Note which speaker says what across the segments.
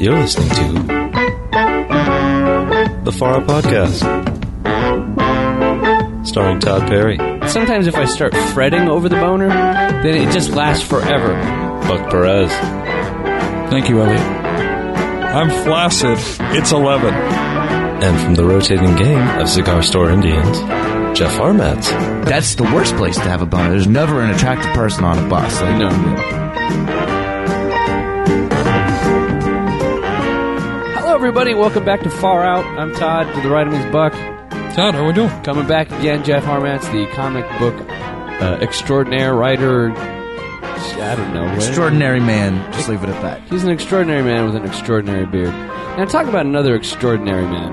Speaker 1: You're listening to The Far Out Podcast, starring Todd Perry,
Speaker 2: Sometimes if I start fretting over the boner, then it just lasts forever.
Speaker 1: Buck Perez,
Speaker 3: Thank you, Elliot. I'm flaccid. It's 11.
Speaker 1: and from the rotating game of Cigar Store Indians, Jeff Harmatz.
Speaker 4: That's the worst place to have a boner. There's never an attractive person on a bus. Like,
Speaker 2: No. Hello, everybody. Welcome back to Far Out. I'm Todd. To the right of me is Buck.
Speaker 3: Todd, how we doing?
Speaker 2: Coming back again, Jeff Harmatz, the comic book uh, extraordinaire writer. I don't know. what-
Speaker 4: Extraordinary man. Just leave it at that.
Speaker 2: He's an extraordinary man with an extraordinary beard. Now, talk about another extraordinary man.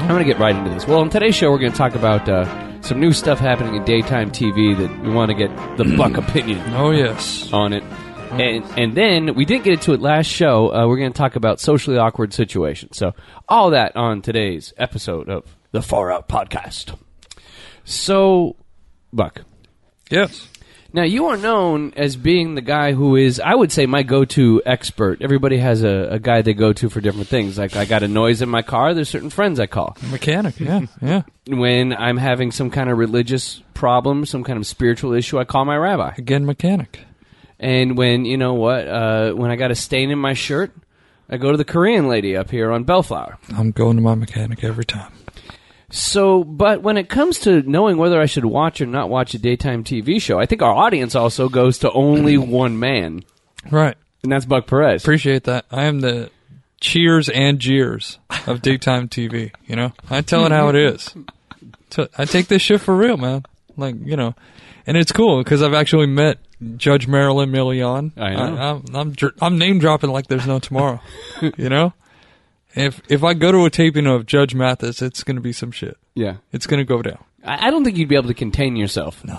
Speaker 2: I'm going to get right into this. Well, on today's show, we're going to talk about uh, some new stuff happening in daytime TV that we want to get the buck opinion
Speaker 3: Oh, yes.
Speaker 2: on it. And, and then we didn't get into it last show. Uh, we're going to talk about socially awkward situations. So, all that on today's episode of the Far Out Podcast. So, Buck,
Speaker 3: Yes.
Speaker 2: now you are known as being the guy who is, I would say, my go-to expert. Everybody has a, a guy they go to for different things. Like I got a noise in my car. There's certain friends I call
Speaker 3: Mechanic, yeah, yeah.
Speaker 2: when I'm having some kind of religious problem, some kind of spiritual issue. I call my rabbi.
Speaker 3: Again, mechanic.
Speaker 2: And when you know what, uh, when I got a stain in my shirt, I go to the Korean lady up here on Bellflower.
Speaker 3: I'm going to my mechanic every time.
Speaker 2: So, but when it comes to knowing whether I should watch or not watch a daytime TV show, I think our audience also goes to only one man,
Speaker 3: Right.
Speaker 2: and that's Buck Perez.
Speaker 3: Appreciate that. I am the cheers and jeers of daytime TV, you know? I tell it how it is. So I take this shit for real, man. Like, you know. And it's cool because I've actually met Judge Marilyn Million.
Speaker 2: I know.
Speaker 3: I, am I'm, dr- I'm name dropping like there's no tomorrow, you know? If if I go to a taping of Judge Mathis, it's going to be some shit.
Speaker 2: yeah.
Speaker 3: It's going to go down.
Speaker 2: I, I don't think you'd be able to contain yourself. No.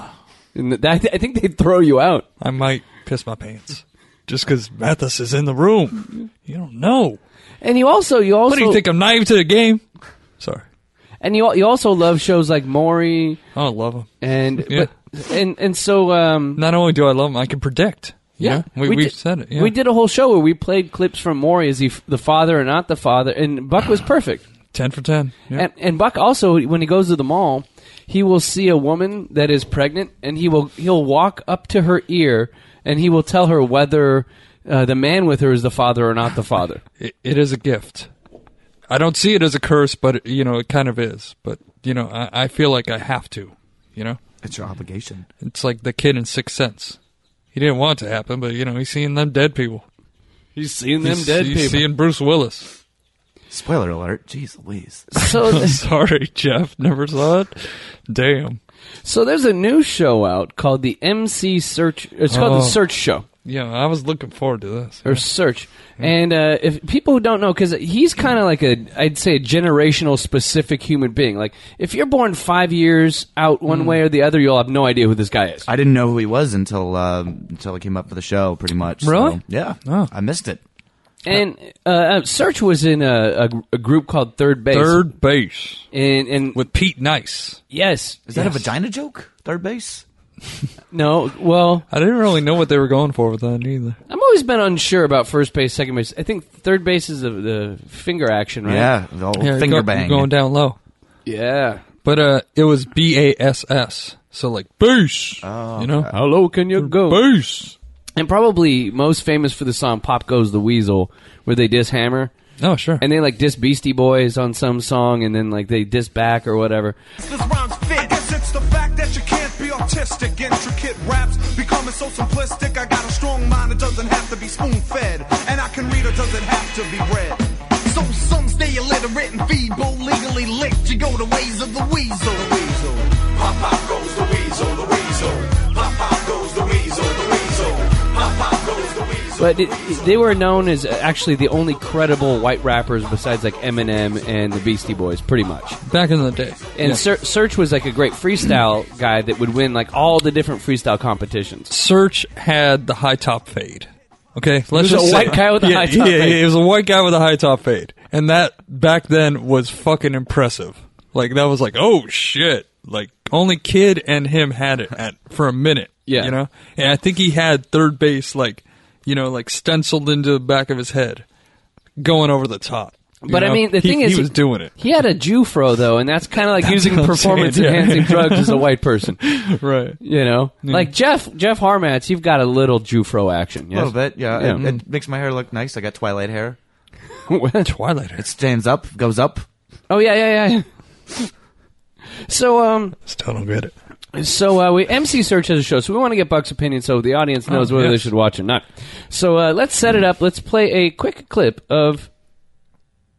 Speaker 2: I, th- I think they'd throw you out.
Speaker 3: I might piss my pants just because Mathis is in the room. You don't know.
Speaker 2: And you also you also
Speaker 3: What do you think? I'm naive to the game. Sorry.
Speaker 2: and you al- you also love shows like Maury
Speaker 3: Oh, I don't love him.
Speaker 2: and
Speaker 3: Yeah.
Speaker 2: but, and and so um
Speaker 3: Not only do I love him, I can predict. you know? we, we
Speaker 2: di-
Speaker 3: said it. Yeah.
Speaker 2: We did a whole show where we played clips from Maury. Is he f- the father or not the father? And Buck was perfect.
Speaker 3: ten for ten. Yeah.
Speaker 2: And, and Buck also, when he goes to the mall, he will see a woman that is pregnant, and he will he'll walk up to her ear, and he will tell her whether uh, the man with her is the father or not the father.
Speaker 3: It- it is a gift. I don't see it as a curse, but you know it kind of is. But you know, I, I feel like I have to. You know,
Speaker 4: It's your obligation.
Speaker 3: it's like the kid in Sixth Sense. He didn't want it to happen, but you know, he's seeing them dead people.
Speaker 2: He's seeing
Speaker 3: he's, he's seeing Bruce Willis.
Speaker 4: Spoiler alert. Jeez Louise.
Speaker 2: So th-
Speaker 3: Sorry, Jeff. Never saw it. Damn.
Speaker 2: So there's a new show out called the MC Search. It's called
Speaker 3: Oh.
Speaker 2: the Search Show
Speaker 3: Yeah, I was looking forward to this.
Speaker 2: or Search. And uh, if people who don't know, because he's kind of like a, I'd say a generational specific human being. Like if you're born five years out one way or the other, you'll have no idea who this guy is.
Speaker 4: I didn't know who he was until um, until I came up for the show, pretty much. so-
Speaker 3: Really?
Speaker 4: yeah.
Speaker 3: Oh.
Speaker 4: I missed it.
Speaker 2: And uh, uh, Search was in a, a, a group called Third Base.
Speaker 3: Third base
Speaker 2: And, and
Speaker 3: with Pete Nice.
Speaker 2: yes,
Speaker 4: Is that a vagina joke? Third base?
Speaker 2: no. Well,
Speaker 3: I didn't really know what they were going for with that either.
Speaker 2: I've always been unsure about first base, second base. I think third base is the, the finger action, right?
Speaker 4: Yeah. The old
Speaker 3: Yeah,
Speaker 4: finger
Speaker 3: go-
Speaker 4: bang.
Speaker 3: going down low.
Speaker 2: Yeah.
Speaker 3: But uh, it was B A S S. So like base. you know,
Speaker 2: How low can you go?
Speaker 3: base.
Speaker 2: and probably most famous for the song "Pop Goes the Weasel," where they diss Hammer
Speaker 3: Oh sure.
Speaker 2: and they like diss Beastie Boys on some song, and then like they diss back or whatever.
Speaker 5: This rhyme's fit.
Speaker 6: I guess it's the fact that you can't be artistic. Intricate raps becoming so simplistic. I got a strong mind that doesn't have to be spoon fed. And I can read or doesn't have to be read.
Speaker 5: So some stay illiterate and feeble, legally licked. You go the ways of the weasel.
Speaker 6: Pop pop goes the weasel, the weasel. Pop pop goes the weasel, the weasel. Pop pop goes the weasel.
Speaker 2: But it, they were known as actually the only credible white rappers besides like Eminem and the Beastie Boys, pretty much.
Speaker 3: Back in the day.
Speaker 2: And
Speaker 3: Yeah.
Speaker 2: Ser- Search was like a great freestyle guy that would win like all the different freestyle competitions.
Speaker 3: Search had the high top fade. Okay, let's
Speaker 2: was
Speaker 3: just
Speaker 2: a
Speaker 3: say-
Speaker 2: white guy with a
Speaker 3: Yeah,
Speaker 2: high top
Speaker 3: yeah,
Speaker 2: fade.
Speaker 3: Yeah, it was a white guy with a high top fade, and that back then was fucking impressive. Like that was like, oh shit! Like only kid and him had it at, for a minute.
Speaker 2: Yeah.
Speaker 3: you know, and I think he had third base like, you know, like stenciled into the back of his head. going over the top. You
Speaker 2: But I
Speaker 3: know?
Speaker 2: mean, the
Speaker 3: He-
Speaker 2: thing is,
Speaker 3: he was doing it
Speaker 2: He had a Jufro though, and that's kind of like using
Speaker 3: what I'm saying,
Speaker 2: performance
Speaker 3: yeah.
Speaker 2: enhancing drugs as a white person.
Speaker 3: right.
Speaker 2: You know, like Jeff Jeff Harmatz, you've got a little Jufro action,
Speaker 4: A
Speaker 2: yes?
Speaker 4: little bit, yeah. It,
Speaker 2: Yeah.
Speaker 4: it makes my hair look nice. I got twilight hair.
Speaker 3: Twilight.
Speaker 4: It stands up, goes up.
Speaker 2: Oh yeah, yeah, yeah. so um,
Speaker 3: Still don't get it.
Speaker 2: So uh, we MC Search has a show, so we want to get Buck's opinion so the audience knows
Speaker 3: Oh,
Speaker 2: whether they
Speaker 3: yes.
Speaker 2: should watch or not. So uh, let's set it up. Let's play a quick clip of.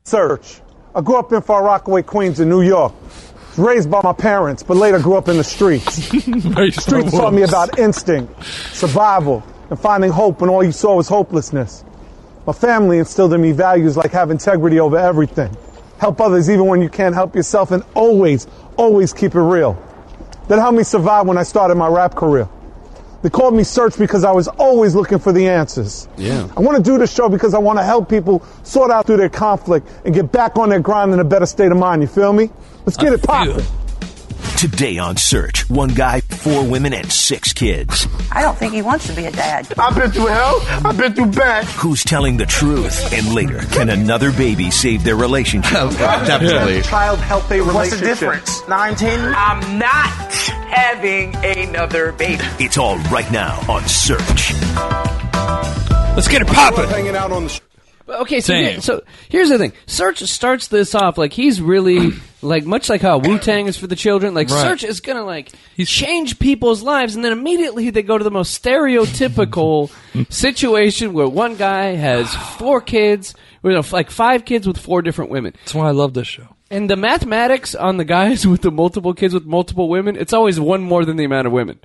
Speaker 7: Search. I grew up in Far Rockaway, Queens, in New York. Was raised by my parents, but later grew up in the streets. Streets taught me about instinct, survival, and finding hope when all you saw was hopelessness. My family instilled in me values like have integrity over everything, help others even when you can't help yourself, and always, always keep it real. That helped me survive when I started my rap career. They called me Search because I was always looking for the answers. Yeah. I want to do this show because I want to help people sort out through their conflict and get back on their grind in a better state of mind. You feel me? Let's get it poppin'.
Speaker 8: Today on Search, one guy, four women, and six kids.
Speaker 9: I don't think he wants to be a dad.
Speaker 10: I've been through hell. I've been through bad.
Speaker 8: Who's telling the truth? And later, can another baby save their relationship?
Speaker 4: Definitely.
Speaker 7: Child health relationship.
Speaker 10: What's the difference? Nine, ten?
Speaker 11: I'm not having another baby.
Speaker 8: It's all right now on Search.
Speaker 3: Let's get it popping.
Speaker 7: Hanging out on the
Speaker 2: Okay, so,
Speaker 3: Damn.
Speaker 2: here- so here's the thing. Search starts this off like he's really like much like how Wu Tang is for the children. Like
Speaker 3: Right.
Speaker 2: Search is gonna like change people's lives, and then immediately they go to the most stereotypical situation where one guy has four kids, you know, like five kids with four different women.
Speaker 3: That's why I love this show.
Speaker 2: And the mathematics on the guys with the multiple kids with multiple women, it's always one more than the amount of women.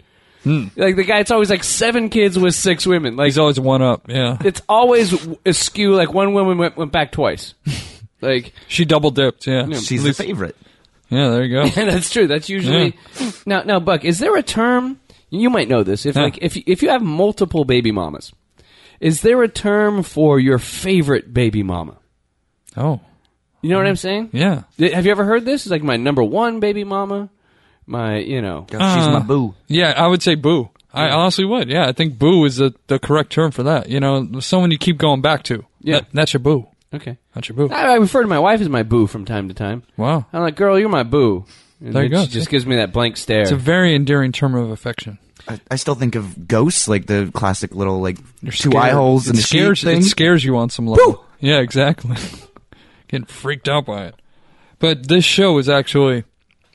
Speaker 2: Like the guy, it's always like seven kids with six women. Like
Speaker 3: He's always one up. Yeah.
Speaker 2: it's always w- askew. Like one woman went, went back twice. like
Speaker 3: She double dipped. Yeah.
Speaker 4: She's the favorite.
Speaker 3: Yeah. There you go.
Speaker 2: that's true. That's usually now. Now, Buck, is there a term you might know this? If
Speaker 3: Yeah.
Speaker 2: like if if you have multiple baby mamas, is there a term for your favorite baby mama?
Speaker 3: Oh.
Speaker 2: You know what I'm saying?
Speaker 3: Yeah.
Speaker 2: Have you ever heard this? It's like my number one baby mama. My, you know,
Speaker 4: She's
Speaker 3: Uh,
Speaker 4: my boo.
Speaker 3: Yeah, I would say boo. I honestly would. Yeah, I think boo is the, the correct term for that. You know, someone you keep going back to.
Speaker 2: Yeah. Ah.
Speaker 3: That- that's your boo.
Speaker 2: okay.
Speaker 3: That's your boo.
Speaker 2: I, I refer to my wife as my boo from time to time.
Speaker 3: Wow.
Speaker 2: I'm like, girl, you're my boo. And
Speaker 3: There you
Speaker 2: then
Speaker 3: go.
Speaker 2: She just gives me that blank stare.
Speaker 3: It's a very endearing term of affection.
Speaker 4: I, I still think of ghosts, like the classic little like two
Speaker 3: Scared-
Speaker 4: eye holes
Speaker 3: it
Speaker 4: and the
Speaker 3: scares,
Speaker 4: sheet thing.
Speaker 3: It scares you on some level. Yeah, exactly. Getting freaked out by it. But this show is actually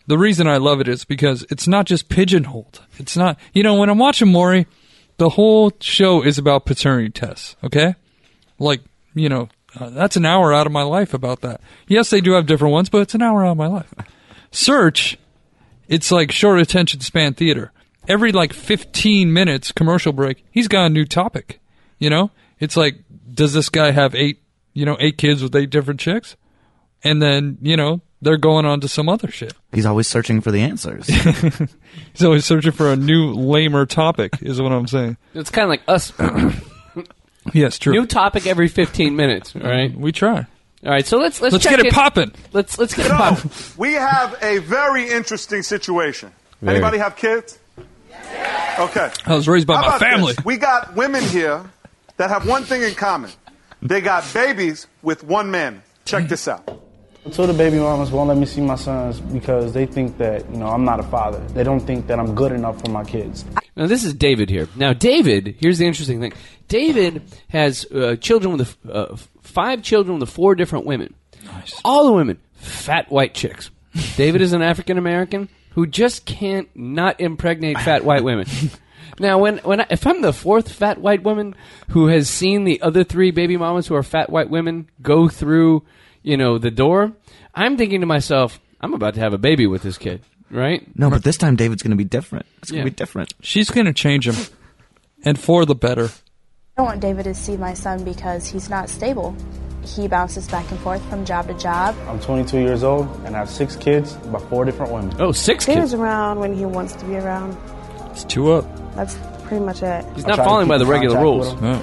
Speaker 3: the reason I love it is because it's not just pigeonholed. It's not you know when I'm watching Maury, the whole show is about paternity tests. Okay, like you know uh, that's an hour out of my life about that. Yes, they do have different ones, but it's an hour out of my life. Search it's like short attention span theater. Every like 15 minutes commercial break, he's got a new topic. You know, it's like, does this guy have eight, you know, eight kids with eight different chicks? And then, you know, they're going on to some other shit.
Speaker 4: He's always searching for the answers.
Speaker 3: He's always searching for a new lamer topic, is what I'm saying.
Speaker 2: it's kind of like us.
Speaker 3: Yes, true.
Speaker 2: New topic every 15 minutes. All right.
Speaker 3: we try.
Speaker 2: All right. So let's let's,
Speaker 3: Let's
Speaker 2: check
Speaker 3: get it popping.
Speaker 2: Let's let's get it popping.
Speaker 7: we have a very interesting situation. Anybody have kids? Okay.
Speaker 3: I was raised by
Speaker 7: How
Speaker 3: my
Speaker 7: about
Speaker 3: family.
Speaker 7: this? We got women here that have one thing in common. They got babies with one man. Check this out.
Speaker 10: So the baby mamas won't let me see my sons because they think that, you know, I'm not a father. They don't think that I'm good enough for my kids.
Speaker 2: Now this is David here. Now David, here's the interesting thing. David has uh, children with a f- uh, f- five children with four different women. Nice. All the women, fat white chicks. David is an African American who just can't not impregnate fat white women. Now, when when I, if I'm the fourth fat white woman who has seen the other three baby mamas who are fat white women go through, you know, the door, I'm thinking to myself, I'm about to have a baby with this kid, right?
Speaker 4: no, but this time David's going to be different. It's going
Speaker 2: Yeah.
Speaker 4: to be different.
Speaker 3: She's going to change him. And for the better.
Speaker 10: I don't want David to see my son because he's not stable. He bounces back and forth from job to job. I'm 22 years old and I have six kids by four different women.
Speaker 2: Oh, six kids.
Speaker 10: around when he wants to be around.
Speaker 3: It's two up.
Speaker 10: That's pretty much it.
Speaker 2: He's not following by the regular rules.
Speaker 3: Yeah.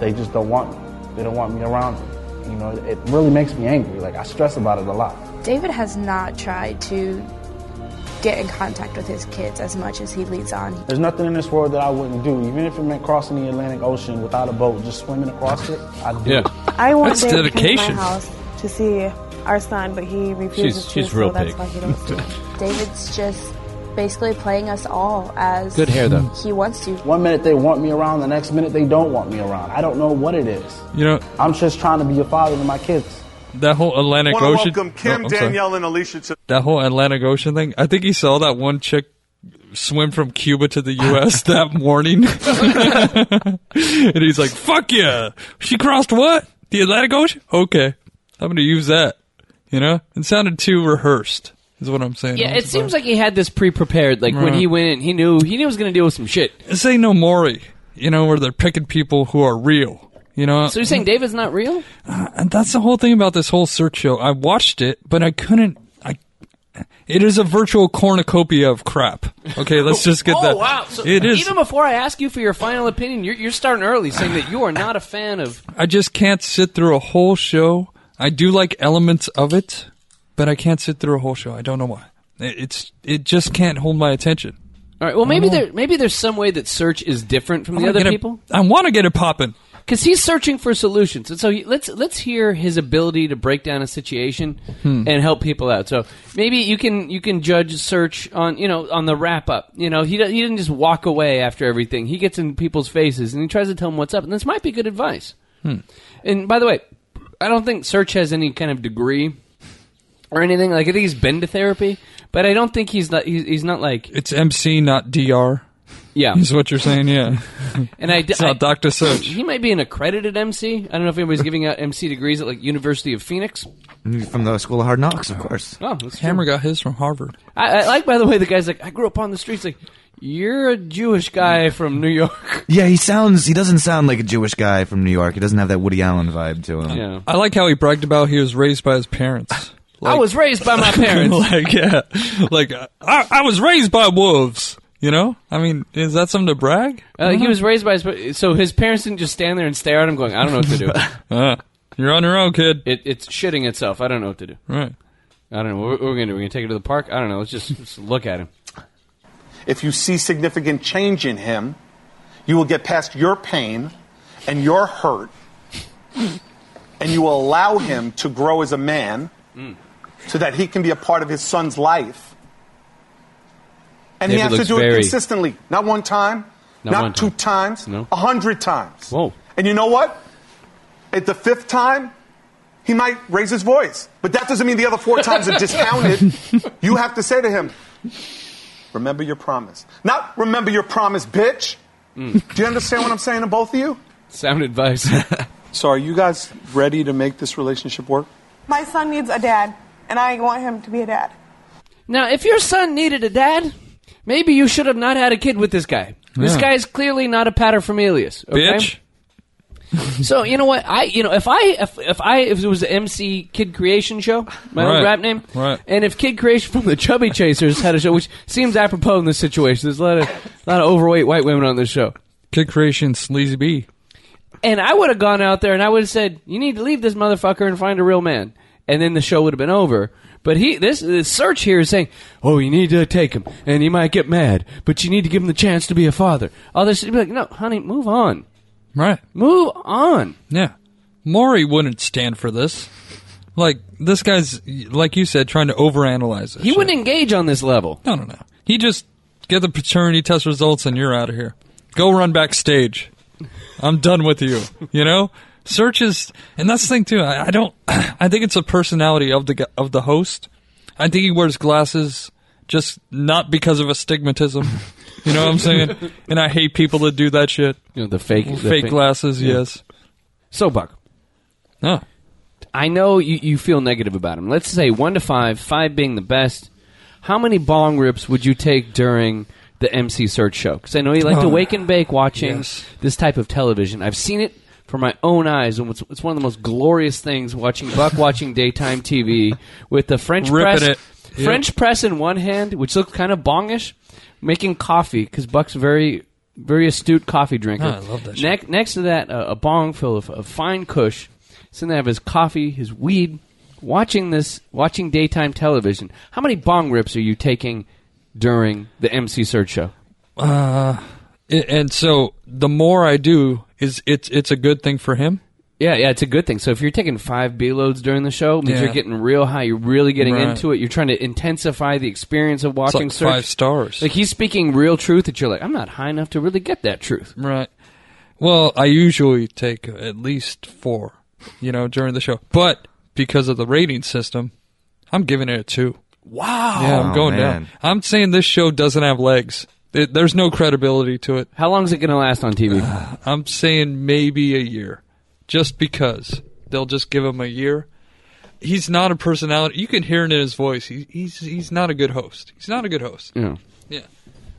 Speaker 10: They just don't want they don't want me around. You know, it really makes me angry. Like I stress about it a lot. David has not tried to get in contact with his kids as much as he leads on. There's nothing in this world that I wouldn't do, even if it meant crossing the Atlantic Ocean without a boat, just swimming across it. I'd do
Speaker 2: Yeah.
Speaker 10: it.
Speaker 12: I one
Speaker 3: That's
Speaker 12: day came to
Speaker 3: dedication.
Speaker 12: my house to see our son, but he refuses
Speaker 3: She's-
Speaker 12: to.
Speaker 3: she's
Speaker 12: so
Speaker 3: real
Speaker 12: that's
Speaker 3: big.
Speaker 12: why he don't see him.
Speaker 10: David's just basically playing us all as
Speaker 12: Good hair, though.
Speaker 10: He wants to. One minute they want me around, the next minute they don't want me around. I don't know what it is.
Speaker 3: You know,
Speaker 10: I'm just trying to be a father to my kids.
Speaker 3: that whole Atlantic
Speaker 10: Wanna
Speaker 3: Ocean. Oh,
Speaker 10: welcome Kim,
Speaker 3: I'm sorry.
Speaker 10: Danielle,
Speaker 6: and Alicia to
Speaker 3: that whole Atlantic Ocean thing. I think he saw that one chick swim from Cuba to the U.S. that morning, and he's like, "Fuck yeah, she crossed what the Atlantic Ocean? Okay, I'm gonna use that." You know, it sounded too rehearsed. Is what I'm saying.
Speaker 2: Yeah, it seems like he had this pre-prepared. Like when
Speaker 3: Right.
Speaker 2: he went in, he knew he knew he was going to deal with some shit.
Speaker 3: This ain't no Maury, you know, where they're picking people who are real. You know,
Speaker 2: So you're saying David's not real?
Speaker 3: and that's the whole thing about this whole search show. I watched it, but I couldn't. I it is a virtual cornucopia of crap. Okay, let's just get
Speaker 2: oh,
Speaker 3: that.
Speaker 2: wow! So
Speaker 3: it is.
Speaker 2: Even before I ask you for your final opinion, you're, you're starting early, saying that you are not a fan of.
Speaker 3: I just can't sit through a whole show. I do like elements of it, but I can't sit through a whole show. I don't know why. It, it's it just can't hold my attention.
Speaker 2: All right. Well, maybe there maybe there's some way that search is different from
Speaker 3: I
Speaker 2: the
Speaker 3: wanna
Speaker 2: other
Speaker 3: Mm-hmm. get it-
Speaker 2: people.
Speaker 3: I want to get it popping.
Speaker 2: Because he's searching for solutions, and so he, let's let's hear his ability to break down a situation
Speaker 3: Hmm.
Speaker 2: and help people out. So maybe you can you can judge search on you know on the wrap up. You know he do- he didn't just walk away after everything. He gets in people's faces and he tries to tell them what's up. And this might be good advice.
Speaker 3: Hmm.
Speaker 2: And by the way, I don't think Search has any kind of degree or anything. Like I think he's been to therapy, but I don't think he's not. He's, he's not like.
Speaker 3: It's MC, not DR.
Speaker 2: Yeah,
Speaker 3: is what you're saying. Yeah,
Speaker 2: And I,
Speaker 3: it's not Doctor Search.
Speaker 2: He might be an accredited MC. I don't know if anybody's giving out MC degrees at like University of Phoenix.
Speaker 4: From the School of Hard Knocks, of course.
Speaker 2: Oh, that's true.
Speaker 3: Hammer got his from Harvard.
Speaker 2: I, I like, by the way, the guy's like, I grew up on the streets. Like, you're a Jewish guy from New York.
Speaker 4: Yeah, he sounds. He doesn't sound like a Jewish guy from New York. He doesn't have that Woody Allen vibe to him.
Speaker 2: Yeah.
Speaker 3: I like how he bragged about he was raised by his parents.
Speaker 2: I was raised by my parents.
Speaker 3: like yeah, like uh, I, I was raised by wolves. You know, I mean, is that something to brag? Uh-huh.
Speaker 2: Uh, he was raised by his pa- so his parents didn't just stand there and stare at him, going, I don't know what to do.
Speaker 3: uh, you're on your own, kid.
Speaker 2: It, it's shitting itself. I don't know what to do.
Speaker 3: Right.
Speaker 2: I don't know. What we're going to do? We're going to take it to the park? I don't know. Let's just, just look at him.
Speaker 6: If you see significant change in him, you will get past your pain and your hurt, and you will allow him to grow as a man
Speaker 2: Mm.
Speaker 6: so that he can be a part of his son's life. And
Speaker 2: David
Speaker 6: he has to
Speaker 2: looks
Speaker 6: do
Speaker 2: very-
Speaker 6: it consistently. Not one time,
Speaker 2: Not
Speaker 6: not,
Speaker 2: one
Speaker 6: two times,
Speaker 2: No.
Speaker 6: a hundred times.
Speaker 2: Whoa.
Speaker 6: And you know what? At the fifth time, he might raise his voice. But that doesn't mean the other four times are discounted. You have to say to him, Remember your promise. Not remember your promise, bitch. Do you understand what I'm saying to both of you?
Speaker 2: Sound advice.
Speaker 6: so, are you guys ready to make this relationship work?
Speaker 12: My son needs a dad, and I want him to be a dad.
Speaker 2: Now, if your son needed a dad, maybe you should have not had a kid with this guy. This
Speaker 3: Yeah.
Speaker 2: guy is clearly not a paterfamilias. Okay?
Speaker 3: Bitch.
Speaker 2: so you know what I you know if I if, if I if it was the MC Kid Creation show, my own
Speaker 3: Right.
Speaker 2: rap name,
Speaker 3: Right.
Speaker 2: and if Kid Creation from the Chubby Chasers had a show, which seems apropos in this situation, there's a lot of a lot of overweight white women on this show.
Speaker 3: Kid Creation, sleazy bee.
Speaker 2: And I would have gone out there and I would have said, "You need to leave this motherfucker and find a real man." And then the show would have been over. But he, this, this search here is saying, "Oh, you need to take him, and he might get mad, but you need to give him the chance to be a father." All this, you'd be like, "No, honey, move on,
Speaker 3: Right.
Speaker 2: move on."
Speaker 3: Yeah. Maury wouldn't stand for this. Like this guy's, like you said, trying to overanalyze it.
Speaker 2: He wouldn't engage on this level.
Speaker 3: No, no, no. He just get the paternity test results and you're out of here. Go run backstage. I'm done with you. You know, search is, and that's the thing too. I, I don't. I think it's a personality of the gu- of the host. I think he wears glasses just not because of astigmatism. You know what I'm saying? and I hate people that do that shit.
Speaker 2: You know, the fake, the
Speaker 3: fake glasses.
Speaker 2: yeah.
Speaker 3: Yes.
Speaker 2: So, Buck.
Speaker 3: No.
Speaker 2: I know you, you feel negative about him. Let's say one to five, five being the best. How many bong rips would you take during the MC Search show? Because I know you like to
Speaker 3: Oh.
Speaker 2: wake and bake watching
Speaker 3: Yes.
Speaker 2: this type of television. I've seen it for my own eyes, and it's, it's one of the most glorious things watching Buck watching daytime TV with the French
Speaker 3: Ripping
Speaker 2: press,
Speaker 3: it. Yep.
Speaker 2: French press in one hand, which looked kind of bongish, making coffee because Buck's very. Very astute coffee drinker.
Speaker 3: Oh, I love that shit.
Speaker 2: Next, next to Ah, that, uh, a bong full of, of fine Kush. Sitting there, have his coffee, his weed, watching this, watching daytime television. How many bong rips are you taking during the MC Search show?
Speaker 3: Uh, a- and so the more I do is it's it's a good thing for him.
Speaker 2: Yeah, yeah, it's a good thing. So if you're taking five B loads during the show, it means
Speaker 3: Yeah.
Speaker 2: you're getting real high. You're really getting
Speaker 3: Right.
Speaker 2: into it. You're trying to intensify the experience of
Speaker 3: It's
Speaker 2: watching
Speaker 3: like
Speaker 2: Search.
Speaker 3: five stars.
Speaker 2: Like he's speaking real truth that you're like, I'm not high enough to really get that truth.
Speaker 3: Right. Well, I usually take at least four, you know, during the show. But because of the rating system, I'm giving it a two.
Speaker 2: Wow.
Speaker 3: yeah, I'm
Speaker 2: Oh,
Speaker 3: going down.
Speaker 2: man.
Speaker 3: I'm saying this show doesn't have legs. There- There's no credibility to it.
Speaker 2: How long is it going to last on TV?
Speaker 3: I'm saying maybe a year, just because they'll just give him a year. He's not a personality. You can hear it in his voice. He, he's he's not a good host. He's not a good host.
Speaker 2: Yeah.
Speaker 3: Yeah.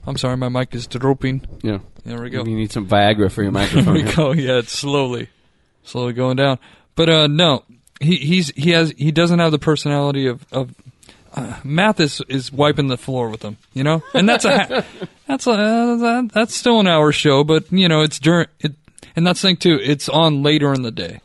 Speaker 3: I'm sorry, my mic is drooping.
Speaker 2: Yeah.
Speaker 3: There we go.
Speaker 2: You need some Viagra for your microphone.
Speaker 3: There we go. Yeah, it's slowly, slowly going down. But uh, no, he he's he has he doesn't have the personality of of uh, Mathis is wiping the floor with him. You know, and that's a ha- that's a uh, that- that's still an hour show, but you know it's during it, and that's the thing too. It's on later in the day,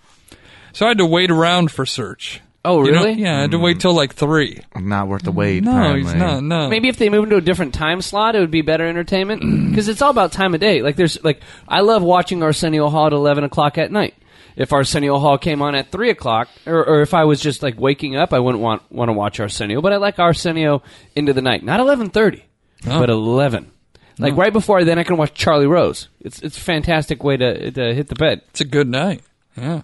Speaker 3: so I had to wait around for search.
Speaker 2: Oh,
Speaker 3: You know?
Speaker 2: really?
Speaker 3: yeah, I had to wait till like three.
Speaker 4: Not worth the wait.
Speaker 3: No, he's
Speaker 4: apparently.
Speaker 3: not. No.
Speaker 2: Maybe if they move into a different time slot, it would be better entertainment because it's all about time of day. Like there's like I love watching Arsenio Hall at eleven o'clock at night. If Arsenio Hall came on at three o'clock, or, or if I was just like waking up, I wouldn't want want to watch Arsenio. But I like Arsenio into the night, not eleven thirty,
Speaker 3: Oh.
Speaker 2: but eleven. Like right before then, I can watch Charlie Rose. It's it's a fantastic way to to hit the bed.
Speaker 3: It's a good night. Yeah.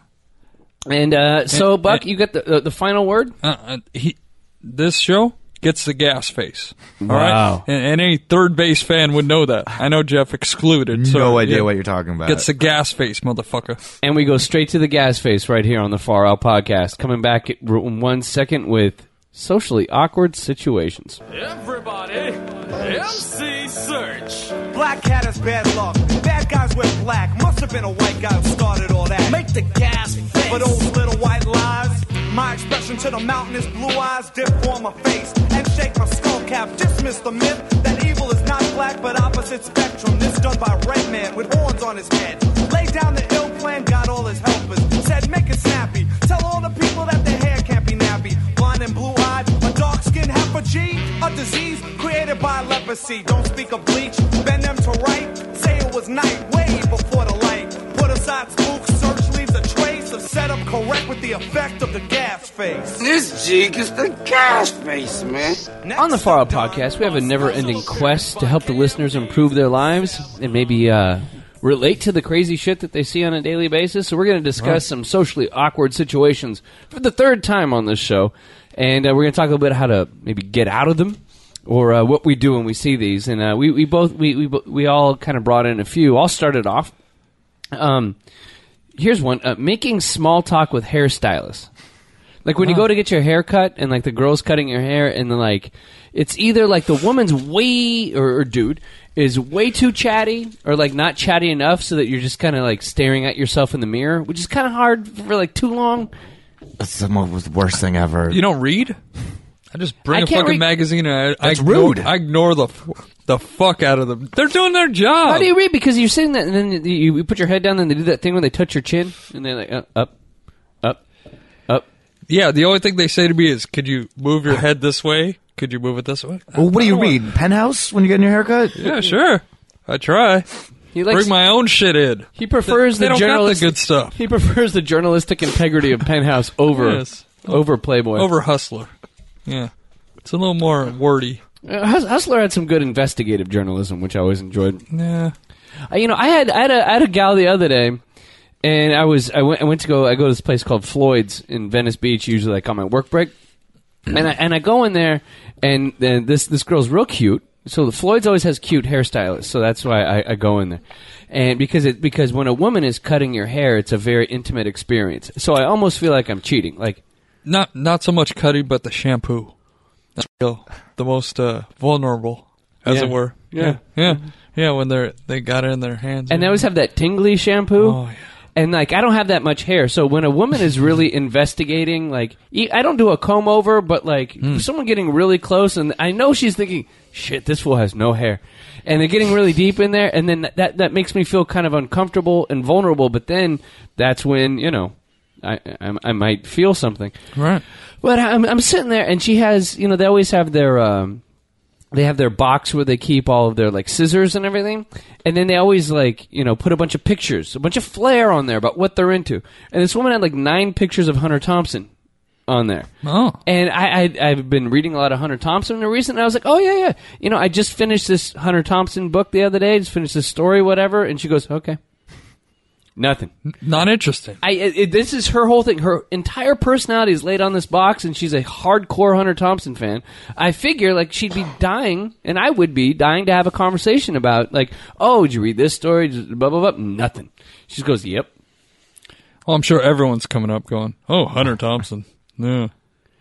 Speaker 2: And uh, so,
Speaker 3: And-
Speaker 2: Buck, you got the uh, the final word.
Speaker 3: Uh, uh, he, this show gets the gas face. All right,
Speaker 4: Wow.
Speaker 3: and, and any third base fan would know that. I know Jeff excluded. So,
Speaker 4: No idea
Speaker 3: yeah.
Speaker 4: what you're talking about.
Speaker 3: Gets the gas face, motherfucker.
Speaker 2: And we go straight to the gas face right here on the Far Out Podcast. Coming back at- in one second with socially awkward situations.
Speaker 13: Everybody, MC Search.
Speaker 5: Black cat is bad luck. Bad guys wear black. Must have been a white guy who started all that. Make the gas face. For those little white lies. My expression to the mountain is blue eyes dip on my face and shake my skull cap. Dismiss the myth that evil is not black but opposite spectrum. This done by red man with horns on his head. Laid down the ill plan, got all his helpers. Said make it snappy. Tell all the people that their hair can't be nappy. Blind and blue eyed, a dark skinned heifer G. A disease created by leprosy. Don't speak of bleach, bend them to right. Say it was night, way before the light. Put aside spooks, search leaves a trace of setup correct with the effect of the gas face.
Speaker 14: This jig is the gas face, man.
Speaker 2: On the Far Out Podcast, we have a never ending quest to help the listeners improve their lives and maybe uh, relate to the crazy shit that they see on a daily basis. So, we're going to discuss
Speaker 3: Right.
Speaker 2: some socially awkward situations for the third time on this show. And uh, we're going to talk a little bit how to maybe get out of them. Or uh, what we do when we see these, and uh, we, we both we, we bo- we all kind of brought in a few. All started off um, here's one: uh, making small talk with hairstylists. Like
Speaker 3: Uh-huh.
Speaker 2: when you go to get your hair cut, and like the girl's cutting your hair, and then like it's either like the woman's way or, or dude is way too chatty, or like not chatty enough, so that you're just kind of like staring at yourself in the mirror, which is kind of hard for like too long.
Speaker 4: That's the most worst thing ever.
Speaker 3: You don't read? I just bring
Speaker 2: I
Speaker 3: a
Speaker 2: can't
Speaker 3: fucking
Speaker 2: read-
Speaker 3: magazine and I, I
Speaker 4: That's
Speaker 3: ignore,
Speaker 4: rude.
Speaker 3: I ignore the f- the fuck out of them. They're doing their job.
Speaker 2: How do you read? Because you're sitting there, and then you, you put your head down, and they do that thing when they touch your chin, and they're like uh, up, up, up.
Speaker 3: yeah, the only thing they say to me is, "Could you move your head this way? Could you move it this way?"
Speaker 4: Well, what do you read? Penthouse when you're getting your haircut?
Speaker 3: Yeah, sure. I try.
Speaker 2: He likes-
Speaker 3: bring my own shit in.
Speaker 2: He prefers
Speaker 3: They-
Speaker 2: the
Speaker 3: they don't got the
Speaker 2: journalistic
Speaker 3: good stuff.
Speaker 2: He prefers the journalistic integrity of Penthouse over
Speaker 3: Yes.
Speaker 2: over Playboy.
Speaker 3: Over Hustler. Yeah. It's a little more wordy.
Speaker 2: Uh, Hus- Hustler had some good investigative journalism, which I always enjoyed.
Speaker 3: Yeah.
Speaker 2: Uh, you know, I had I had a, I had a gal the other day, and I was I went I went to go I go to this place called Floyd's in Venice Beach usually like on my work break, and I and I go in there and, and this this girl's real cute. So the Floyd's always has cute hairstylists, so that's why I, I go in there, and because it because when a woman is cutting your hair, it's a very intimate experience. So I almost feel like I'm cheating. Like
Speaker 3: Not not so much Cuddy, but the shampoo. That's real. The most uh, vulnerable, as
Speaker 2: Yeah.
Speaker 3: it were.
Speaker 2: Yeah.
Speaker 3: Yeah. Yeah, when they're they got it in their hands.
Speaker 2: and they always have that tingly shampoo. And like I don't have that much hair, so when a woman is really investigating, like e- I don't do a comb over, but like someone getting really close, and I know she's thinking, "Shit, this fool has no hair," and they're getting really deep in there, and then that that makes me feel kind of uncomfortable and vulnerable. But then that's when you know, I I, I might feel something.
Speaker 3: Right.
Speaker 2: But I'm, I'm sitting there, and she has, you know, they always have their um, they have their box where they keep all of their like scissors and everything and then they always like you know put a bunch of pictures a bunch of flair on there about what they're into and this woman had like nine pictures of hunter thompson on there oh and i, I i've been reading a lot of hunter thompson and recently i was like oh yeah yeah you know i just finished this hunter thompson book the other day just finished this story whatever and she goes okay Nothing.
Speaker 3: Not interesting.
Speaker 2: I it, it- this is her whole thing. Her entire personality is laid on this box, and she's a hardcore Hunter Thompson fan. I figure like she'd be dying, and I would be dying to have a conversation about like, oh, did you read this story? Blah blah blah. Nothing. She just goes, yep.
Speaker 3: Well, I'm sure everyone's coming up going, "Oh, Hunter Thompson." No,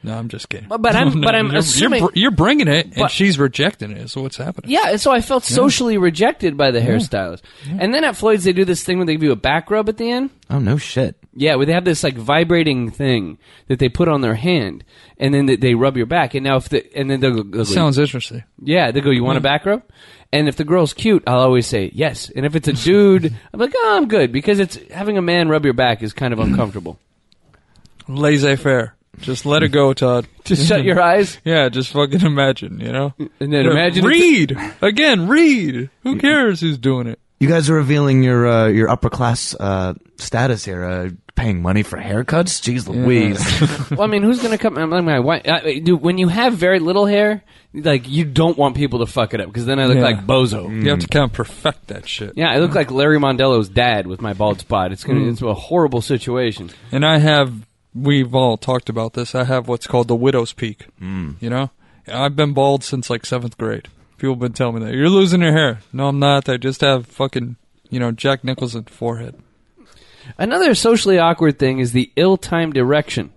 Speaker 3: no, I'm just kidding.
Speaker 2: But- but I'm-
Speaker 3: No,
Speaker 2: but I'm
Speaker 3: you're- you're
Speaker 2: assuming-
Speaker 3: br- you're, bringing it, and
Speaker 2: But-
Speaker 3: she's rejecting it. Is what's happening.
Speaker 2: Yeah, and so I felt
Speaker 3: Yeah.
Speaker 2: socially rejected by the hairstylist. And then at Floyd's, they do this thing where they give you a back rub at the end.
Speaker 4: Oh no shit.
Speaker 2: Yeah, where they have this like vibrating thing that they put on their hand, and then they, they rub your back. And now if the and then they'll go, they'll go,
Speaker 3: Sounds interesting.
Speaker 2: Yeah, they go, you want a
Speaker 3: Yeah.
Speaker 2: back rub? And if the girl's cute, I'll always say yes. And if it's a dude, I'm like, oh, I'm good because it's having a man rub your back is kind of uncomfortable.
Speaker 3: Laissez faire. Just let it go, Todd.
Speaker 2: Just shut your eyes.
Speaker 3: Yeah, just fucking imagine, you know.
Speaker 2: And then
Speaker 3: Yeah,
Speaker 2: imagine if-
Speaker 3: Read again. Read. Who cares who's doing it?
Speaker 4: You guys are revealing your uh, your upper class uh, status here. Uh, paying money for haircuts? Jeez Louise.
Speaker 2: well, I mean, who's gonna come? I'm like, my wife, I, dude, when you have very little hair, like you don't want people to fuck it up because then I look
Speaker 3: Yeah.
Speaker 2: like bozo.
Speaker 3: You have to kind of perfect that shit.
Speaker 2: Yeah, I look like Larry Mondello's dad with my bald spot. It's gonna, it's a horrible situation.
Speaker 3: And I have, we've all talked about this. I have what's called the widow's peak. Mm. You know, I've been bald since like seventh grade. People have been telling me that you're losing your hair. No, I'm not. I just have fucking, you know, Jack Nicholson forehead.
Speaker 2: Another socially awkward thing is the ill-timed erection.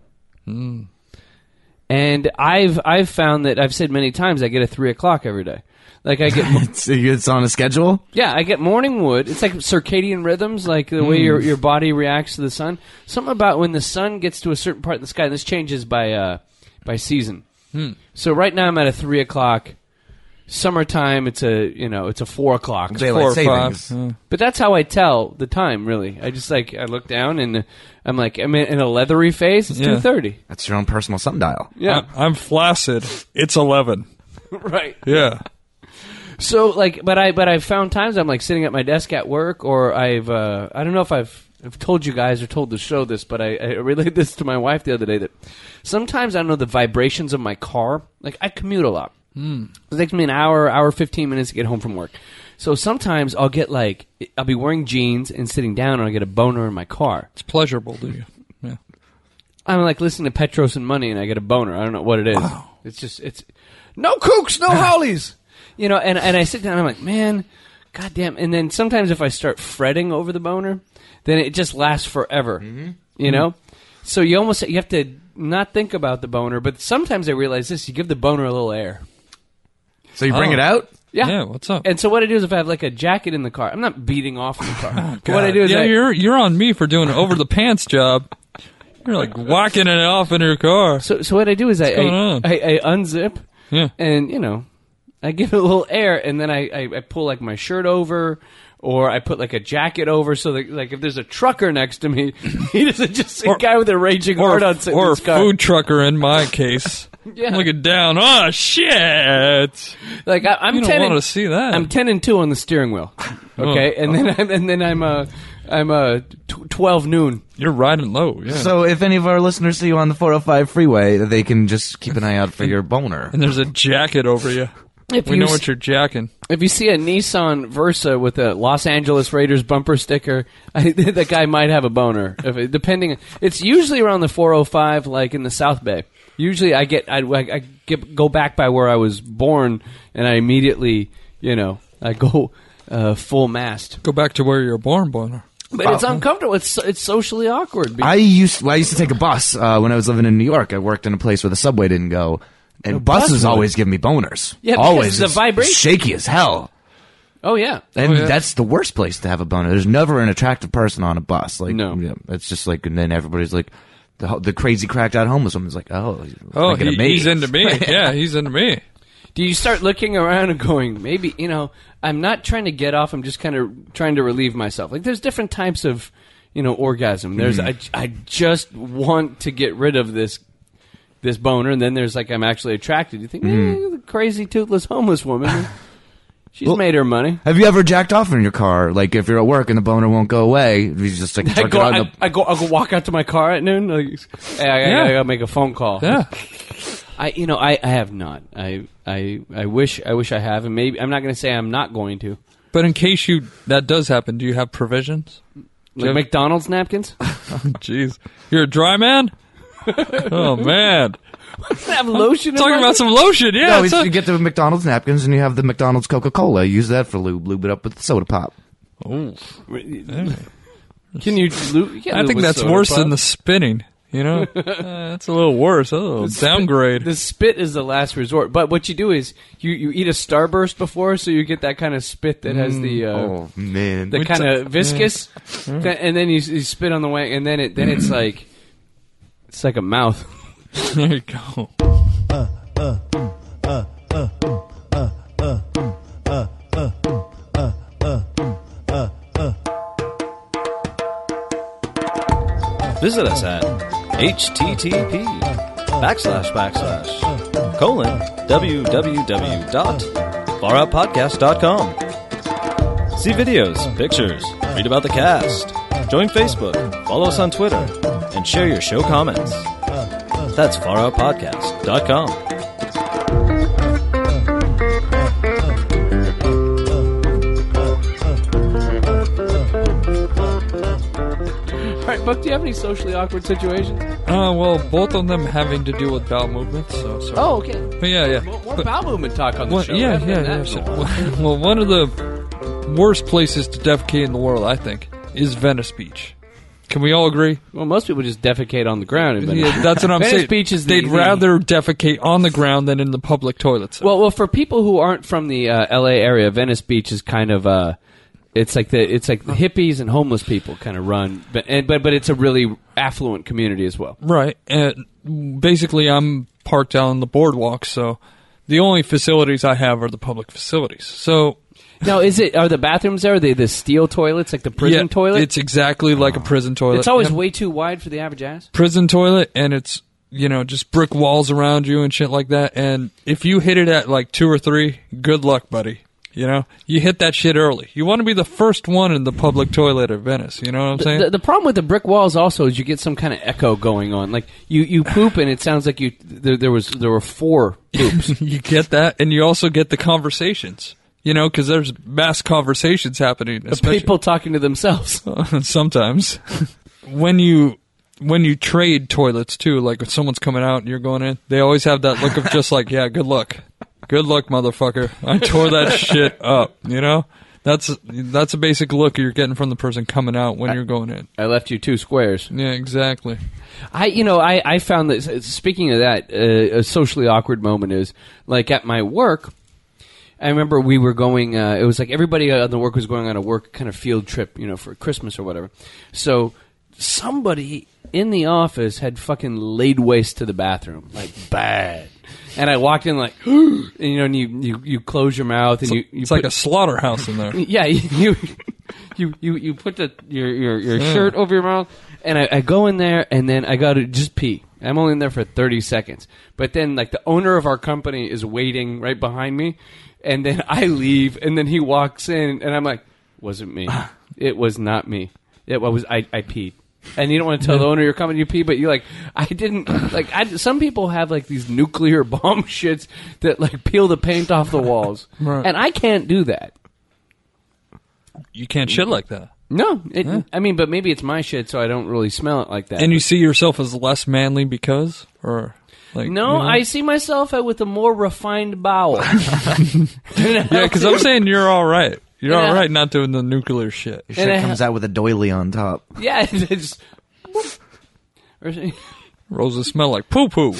Speaker 2: And I've I've found that I've said many times I get a three o'clock every day. Like I get
Speaker 4: it's, it's on a schedule.
Speaker 2: yeah I get morning wood. It's like circadian rhythms, like the way
Speaker 4: Mm.
Speaker 2: your your body reacts to the sun. Something about when the sun gets to a certain part of the sky. This changes by uh by season.
Speaker 3: Hmm.
Speaker 2: So right now I'm at a three o'clock. Summertime, it's a you know it's a four o'clock, it's
Speaker 4: Daylight
Speaker 2: four or
Speaker 4: savings.
Speaker 2: five.
Speaker 3: Mm.
Speaker 4: Yeah.
Speaker 2: But that's how I tell the time. Really, I just like I look down and I'm like I'm in in a leathery phase. It's
Speaker 3: Yeah. Uh,
Speaker 2: two thirty.
Speaker 4: That's your own personal sundial.
Speaker 2: Yeah.
Speaker 3: I'm, I'm flaccid. It's 11.
Speaker 2: right.
Speaker 3: Yeah.
Speaker 2: So like, but I but I've found times I'm like sitting at my desk at work, or I've uh, I don't know if I've I've told you guys or told the show this, but I, I relayed this to my wife the other day that sometimes I know the vibrations of my car. Like I commute a lot.
Speaker 3: Hmm.
Speaker 2: It takes me an hour, hour fifteen minutes to get home from work. So sometimes I'll get like I'll be wearing jeans and sitting down, and I'll get a boner in my car.
Speaker 3: It's pleasurable, do you? Yeah.
Speaker 2: I'm like listening to Petros and Money, and I get a boner. I don't know what it is. It's just it's no kooks, no hollies. You know, and and I sit down. I'm like, man, goddamn. And then sometimes if I start fretting over the boner, then it just lasts forever. You know, so you almost you have to not think about the boner. But sometimes I realize this: you give the boner a little air.
Speaker 4: So you
Speaker 3: Oh.
Speaker 4: bring it out?
Speaker 2: Yeah.
Speaker 3: Yeah, what's up?
Speaker 2: And so what I do is if I have like a jacket in the car, I'm not beating off in the car. But what I
Speaker 3: God.
Speaker 2: do is
Speaker 3: yeah,
Speaker 2: I,
Speaker 3: you're you're on me for doing an over the pants job. You're like whacking it off in your car.
Speaker 2: So, so what I do is I, I,
Speaker 3: going on?
Speaker 2: I, I unzip,
Speaker 3: Yeah.
Speaker 2: and you know, I give it a little air, and then I, I, I pull like my shirt over, or I put like a jacket over, so that like if there's a trucker next to me, he doesn't just see a guy with a raging hard on sitting in
Speaker 3: or a
Speaker 2: his car.
Speaker 3: food trucker in my case.
Speaker 2: Yeah.
Speaker 3: Looking down. Oh shit.
Speaker 2: Like I, I'm
Speaker 3: You don't
Speaker 2: ten
Speaker 3: wanna
Speaker 2: and,
Speaker 3: see that.
Speaker 2: I'm ten and two on the steering wheel. Okay,
Speaker 3: Oh.
Speaker 2: and then I'm, and then I'm uh I'm uh tw- twelve noon.
Speaker 3: You're riding low. Yeah.
Speaker 4: So if any of our listeners see you on the 405 freeway, they can just keep an eye out for your boner.
Speaker 3: And there's a jacket over you.
Speaker 2: If
Speaker 3: we
Speaker 2: you
Speaker 3: know
Speaker 2: s-
Speaker 3: what you're jacking.
Speaker 2: If you see a Nissan Versa with a Los Angeles Raiders bumper sticker, I, that guy might have a boner. If it, depending, it's usually around the 405, like in the South Bay. Usually, I get I, I- I get, go back by where I was born, and I immediately, you know, I go uh, full mast.
Speaker 3: Go back to where you're born, boner.
Speaker 2: But it's uncomfortable. It's so- it's socially awkward.
Speaker 4: I used well, I used to take a bus uh, when I was living in New York. I worked in a place where the subway didn't go, and
Speaker 2: bus
Speaker 4: buses
Speaker 2: would.
Speaker 4: always give me boners.
Speaker 2: Yeah, because
Speaker 4: always
Speaker 2: the
Speaker 4: It's
Speaker 2: vibration.
Speaker 4: shaky as hell.
Speaker 2: oh yeah,
Speaker 4: And
Speaker 2: Oh, yeah.
Speaker 4: that's the worst place to have a boner. There's never an attractive person on a bus. Like
Speaker 2: No.
Speaker 4: yeah, it's just like, and then everybody's like, the, ho- the crazy cracked out homeless woman's like, oh, he's
Speaker 3: Oh,
Speaker 4: thinking of
Speaker 3: he-
Speaker 4: me.
Speaker 3: he's into me. yeah, he's into me.
Speaker 2: Do you start looking around and going, maybe, you know, I'm not trying to get off, I'm just kind of trying to relieve myself. Like there's different types of, you know, orgasm. There's
Speaker 4: Mm.
Speaker 2: I, I just want to get rid of this this boner and then there's like I'm actually attracted. You think,
Speaker 4: Mm.
Speaker 2: eh, crazy toothless homeless woman. She's made her money.
Speaker 4: Have you ever jacked off in your car? Like if you're at work and the boner won't go away, you just like
Speaker 2: I
Speaker 4: jerk
Speaker 2: go,
Speaker 4: it on
Speaker 2: I,
Speaker 4: the.
Speaker 2: I go, I go walk out to my car at noon. Like, hey, I, I,
Speaker 4: Yeah.
Speaker 2: gotta make a phone call.
Speaker 4: Yeah.
Speaker 2: I, you know, I, I have not. I, I, I wish, I wish I have, and maybe I'm not going to say I'm not going to.
Speaker 3: But in case you that does happen, do you have provisions?
Speaker 2: Like McDonald's napkins?
Speaker 3: Jeez, you're a dry man. oh man,
Speaker 2: have lotion. in
Speaker 3: Talking
Speaker 2: my-
Speaker 3: about some lotion, yeah.
Speaker 4: no,
Speaker 3: it's
Speaker 4: it's-
Speaker 3: a-
Speaker 4: you get the McDonald's napkins and you have the McDonald's Coca Cola. Use that for lube. Lube it up with soda pop.
Speaker 3: Ooh.
Speaker 2: Can you? Lu- you can't
Speaker 3: I
Speaker 2: lube
Speaker 3: think
Speaker 2: with
Speaker 3: that's
Speaker 2: soda
Speaker 3: worse than
Speaker 2: pop.
Speaker 3: the spinning. You know, Uh, that's a little worse. Oh,
Speaker 2: The spit-
Speaker 3: downgrade.
Speaker 2: the spit is the last resort. But what you do is you, you eat a starburst before, so you get that kind of spit that has the uh,
Speaker 4: oh man,
Speaker 2: the kind of viscous,
Speaker 3: Mm.
Speaker 2: th- and then you, s- you spit on the way, and then it then it's like it's like a mouth.
Speaker 3: there you go.
Speaker 1: Visit us at http backslash backslash colon www.faroutpodcast.com. See videos, pictures, read about the cast, join Facebook, follow us on Twitter, and share your show comments. That's faroutpodcast.com.
Speaker 2: All right, Buck, do you have any socially awkward situations?
Speaker 3: Uh, well, both of them having to do with bowel movements. So sorry.
Speaker 2: Oh, okay.
Speaker 3: But yeah, yeah.
Speaker 2: More, more
Speaker 3: But-
Speaker 2: bowel movement talk on the
Speaker 3: Well,
Speaker 2: show. We
Speaker 3: Yeah,
Speaker 2: haven't
Speaker 3: yeah,
Speaker 2: done that
Speaker 3: yeah.
Speaker 2: in a
Speaker 3: so-
Speaker 2: while.
Speaker 3: well, one of the worst places to defecate in the world, I think, is Venice Beach. Can we all agree?
Speaker 2: Well, most people just defecate on the ground. in Venice
Speaker 3: Yeah,
Speaker 2: Beach.
Speaker 3: that's what I'm
Speaker 2: Venice
Speaker 3: saying.
Speaker 2: Beach is the-
Speaker 3: They'd
Speaker 2: the-
Speaker 3: rather defecate on the ground than in the public toilets.
Speaker 2: Well, well, for people who aren't from the uh, L.A. area, Venice Beach is kind of uh, it's like the it's like the hippies and homeless people kind of run, but and, but but it's a really affluent community as well.
Speaker 3: Right. And basically, I'm parked out on the boardwalk, so the only facilities I have are the public facilities. So
Speaker 2: Now, is it are the bathrooms there? Are they the steel toilets, like the prison
Speaker 3: yeah,
Speaker 2: toilet?
Speaker 3: It's exactly like a prison toilet.
Speaker 2: It's always
Speaker 3: Yep.
Speaker 2: way too wide for the average ass.
Speaker 3: prison toilet and it's you know just brick walls around you and shit like that and if you hit it at like two or three good luck buddy you know you hit that shit early you want to be the first one in the public toilet at venice you know what i'm
Speaker 2: The,
Speaker 3: saying
Speaker 2: the, the problem with the brick walls also is you get some kind of echo going on. Like you, you poop and it sounds like you there, there was there were four poops.
Speaker 3: you get that and you also get the conversations you know because there's mass conversations happening especially
Speaker 2: people talking to themselves
Speaker 3: sometimes when you when you trade toilets too like if someone's coming out and you're going in they always have that look of just like yeah good luck good luck motherfucker i tore that shit up you know that's that's a basic look you're getting from the person coming out when you're going in
Speaker 2: I left you two squares.
Speaker 3: yeah exactly
Speaker 2: I, you know, I, I found that s- speaking of that, uh, a socially awkward moment is like at my work. I remember we were going. Uh, it was like everybody on the work was going on a work kind of field trip, you know, for Christmas or whatever. So somebody in the office had fucking laid waste to the bathroom, like bad. And I walked in like, and, you know, and you, you you close your mouth and you, you
Speaker 3: it's like a slaughterhouse in there
Speaker 2: yeah, you you you you put the your your, your
Speaker 3: Yeah.
Speaker 2: shirt over your mouth, and I, I go in there, and then I got to just pee. I'm only in there for 30 seconds, but then like the owner of our company is waiting right behind me, and then I leave, and then he walks in, and I'm like, wasn't me. It was not me. It was I. I peed. And you don't want to tell the owner you're coming, you pee, but you're like, I didn't. Like, I, some people have like these nuclear bomb shits that like peel the paint off the walls,
Speaker 3: Right.
Speaker 2: and I can't do that.
Speaker 3: you can't shit like that
Speaker 2: No, it, I mean, but maybe it's my shit, so I don't really smell it like that.
Speaker 3: and you see yourself as less manly because or like
Speaker 2: no,
Speaker 3: you know?
Speaker 2: I see myself uh, with a more refined bowel. yeah,
Speaker 3: yeah because i'm saying you're all right you're
Speaker 2: And I-
Speaker 3: all right not doing the nuclear shit
Speaker 2: Your And shit I- comes
Speaker 4: out with a doily on top.
Speaker 2: yeah, it's just. Or say-
Speaker 3: roses smell like poo poo